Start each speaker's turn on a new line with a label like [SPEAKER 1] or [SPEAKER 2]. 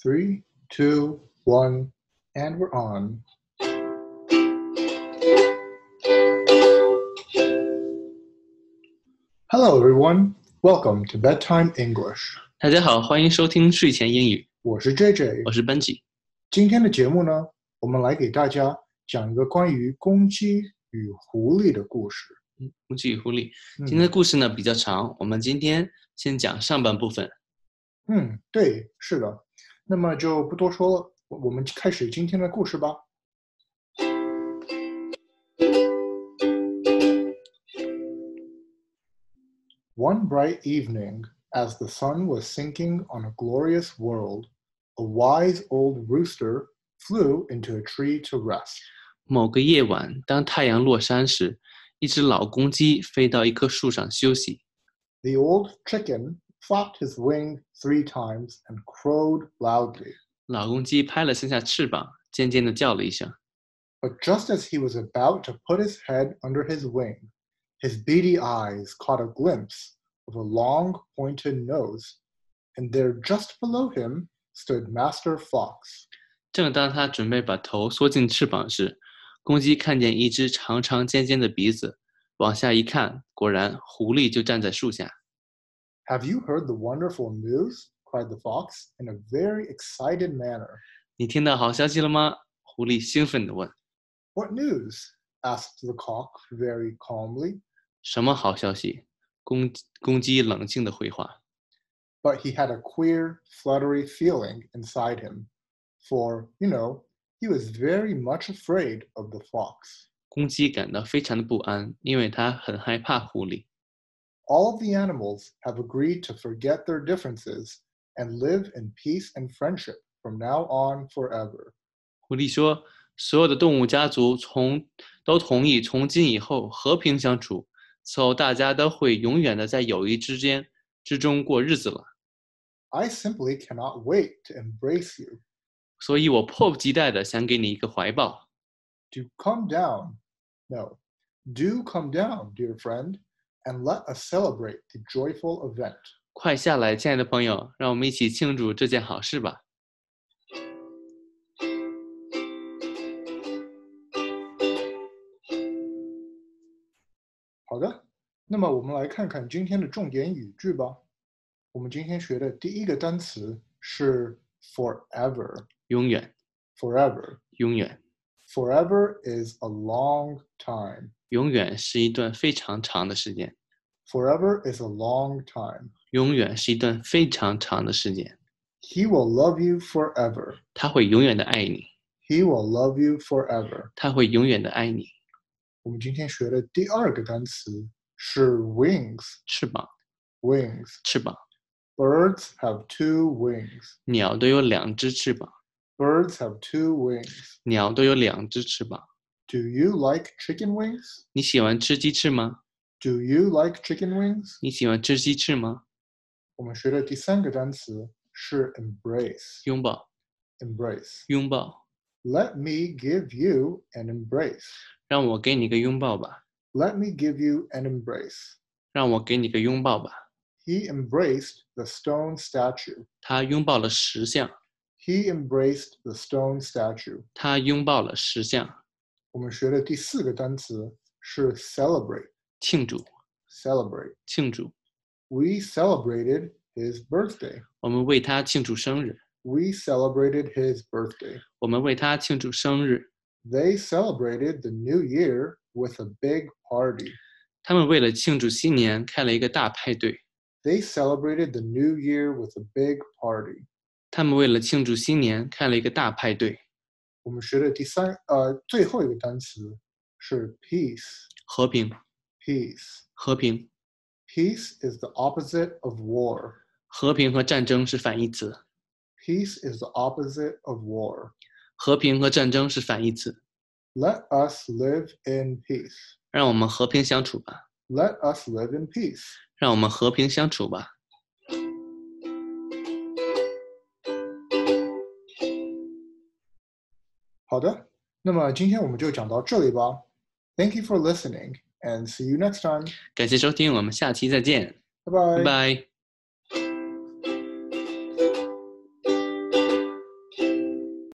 [SPEAKER 1] Three, two, one, and we're on. Hello, everyone. Welcome to Bedtime English.
[SPEAKER 2] 大家好，欢迎收听睡前英语，
[SPEAKER 1] 我是 JJ
[SPEAKER 2] 我。是 Benji。
[SPEAKER 1] 今天的节目呢，我们来给大家讲一个关于公鸡与狐狸的故事。
[SPEAKER 2] 不惧狐狸。
[SPEAKER 1] 嗯
[SPEAKER 2] 今天的故事呢比较长，我们今天先讲上半部分。
[SPEAKER 1] 嗯，对，是的。那么就不多说了，我我们开始今天的故事吧。One bright evening, as the sun was sinking on a glorious world, a wise old rooster flew into a tree to rest.
[SPEAKER 2] 某个夜晚，当太阳落山时，一只老公鸡飞到一棵树上休息。
[SPEAKER 1] The old chicken flapped his wing three times and crowed loudly.
[SPEAKER 2] 老公鸡拍了三下翅膀，尖尖地叫了一声。
[SPEAKER 1] But just as he was about to put his head under his wing, his beady eyes caught a glimpse of a long pointed nose, and there just below him stood Master Fox.
[SPEAKER 2] 正当他准备把头缩进翅膀时，公鸡看见一只长长尖尖的鼻子，往下一看，果然狐狸就站在树下。
[SPEAKER 1] Have you heard the wonderful news? cried the fox in a very excited manner.
[SPEAKER 2] 你听到好消息了吗？狐狸兴奋地问
[SPEAKER 1] What news? asked the cock very calmly,：“
[SPEAKER 2] 什么好消息？”公公鸡冷静地回话
[SPEAKER 1] but he had a queer, fluttery feeling inside him, for, you know, he was very much afraid of the fox.：“
[SPEAKER 2] 公鸡感到非常的不安，因为它很害怕狐狸。
[SPEAKER 1] all of the animals have agreed to forget their differences and live in peace and friendship from now on forever. ”
[SPEAKER 2] 狐狸说：“所有的动物家族从都同意从今以后和平相处，此后大家都会永远的在友谊之间之中过日子了。”
[SPEAKER 1] I simply cannot wait to embrace you,
[SPEAKER 2] 所以我迫不及待地想给你一个怀抱。
[SPEAKER 1] to come down. No, do come down, dear friend, and let us celebrate the joyful event.
[SPEAKER 2] 快下来，亲爱的朋友，让我们一起庆祝这件好事吧。
[SPEAKER 1] 好的，那么我们来看看今天的重点语句吧。我们今天学的第一个单词是 forever。
[SPEAKER 2] 永远，
[SPEAKER 1] Forever.
[SPEAKER 2] 永远，
[SPEAKER 1] Forever is a long time.
[SPEAKER 2] 永远是一段非常长的时间，
[SPEAKER 1] Forever is a long time.
[SPEAKER 2] 永远是一段非常长的时间。
[SPEAKER 1] He will love you forever.
[SPEAKER 2] 他会永远的爱你，
[SPEAKER 1] He will love you forever.
[SPEAKER 2] 他会永远的爱你。
[SPEAKER 1] 我们今天学的第二个单词是 wings.
[SPEAKER 2] 翅膀，
[SPEAKER 1] Wings.
[SPEAKER 2] 翅膀，
[SPEAKER 1] Birds have two wings.
[SPEAKER 2] 鸟都有两只翅膀，
[SPEAKER 1] Birds have two wings.
[SPEAKER 2] 鸟都有两只翅膀。
[SPEAKER 1] Do you like chicken wings?
[SPEAKER 2] 你喜欢吃鸡翅吗？
[SPEAKER 1] Do you like chicken wings?
[SPEAKER 2] 你喜欢吃鸡翅吗？
[SPEAKER 1] 我们学的第三个单词是 embrace.
[SPEAKER 2] 拥抱，
[SPEAKER 1] Embrace.
[SPEAKER 2] 拥抱，
[SPEAKER 1] Let me give you an embrace.
[SPEAKER 2] 让我给你个拥抱吧，
[SPEAKER 1] Let me give you an embrace.
[SPEAKER 2] 让我给你个拥抱吧。
[SPEAKER 1] He embraced the stone statue.
[SPEAKER 2] 他拥抱了石像，
[SPEAKER 1] He embraced the stone statue.
[SPEAKER 2] 他拥抱了石像。
[SPEAKER 1] 我们学的第四个单词是 celebrate.
[SPEAKER 2] 庆祝
[SPEAKER 1] Celebrate.
[SPEAKER 2] 庆祝，
[SPEAKER 1] We celebrated his birthday.
[SPEAKER 2] 我们为他庆祝生日，
[SPEAKER 1] We celebrated his birthday.
[SPEAKER 2] 我们为他庆祝生日。
[SPEAKER 1] They celebrated the new year with a big party.
[SPEAKER 2] 他们为了庆祝新年开了一个大派对，
[SPEAKER 1] They celebrated the new year with a big party.
[SPEAKER 2] 他们为了庆祝新年开了一个大派对。
[SPEAKER 1] 我们学的第三呃最后一个单词是 peace。
[SPEAKER 2] 和平，
[SPEAKER 1] Peace.
[SPEAKER 2] 和平，
[SPEAKER 1] Peace is the opposite of war.
[SPEAKER 2] 和平和战争是反义词，
[SPEAKER 1] Peace is the opposite of war.
[SPEAKER 2] 和平和战争是反义词。
[SPEAKER 1] Let us live in peace.
[SPEAKER 2] 让我们和平相处吧，
[SPEAKER 1] Let us live in peace.
[SPEAKER 2] 让我们和平相处吧。
[SPEAKER 1] 好的，那么今天我们就讲到这里吧。Thank you for listening and see you next time.
[SPEAKER 2] 感谢收听，我们下期再见，
[SPEAKER 1] Bye bye.
[SPEAKER 2] 拜拜。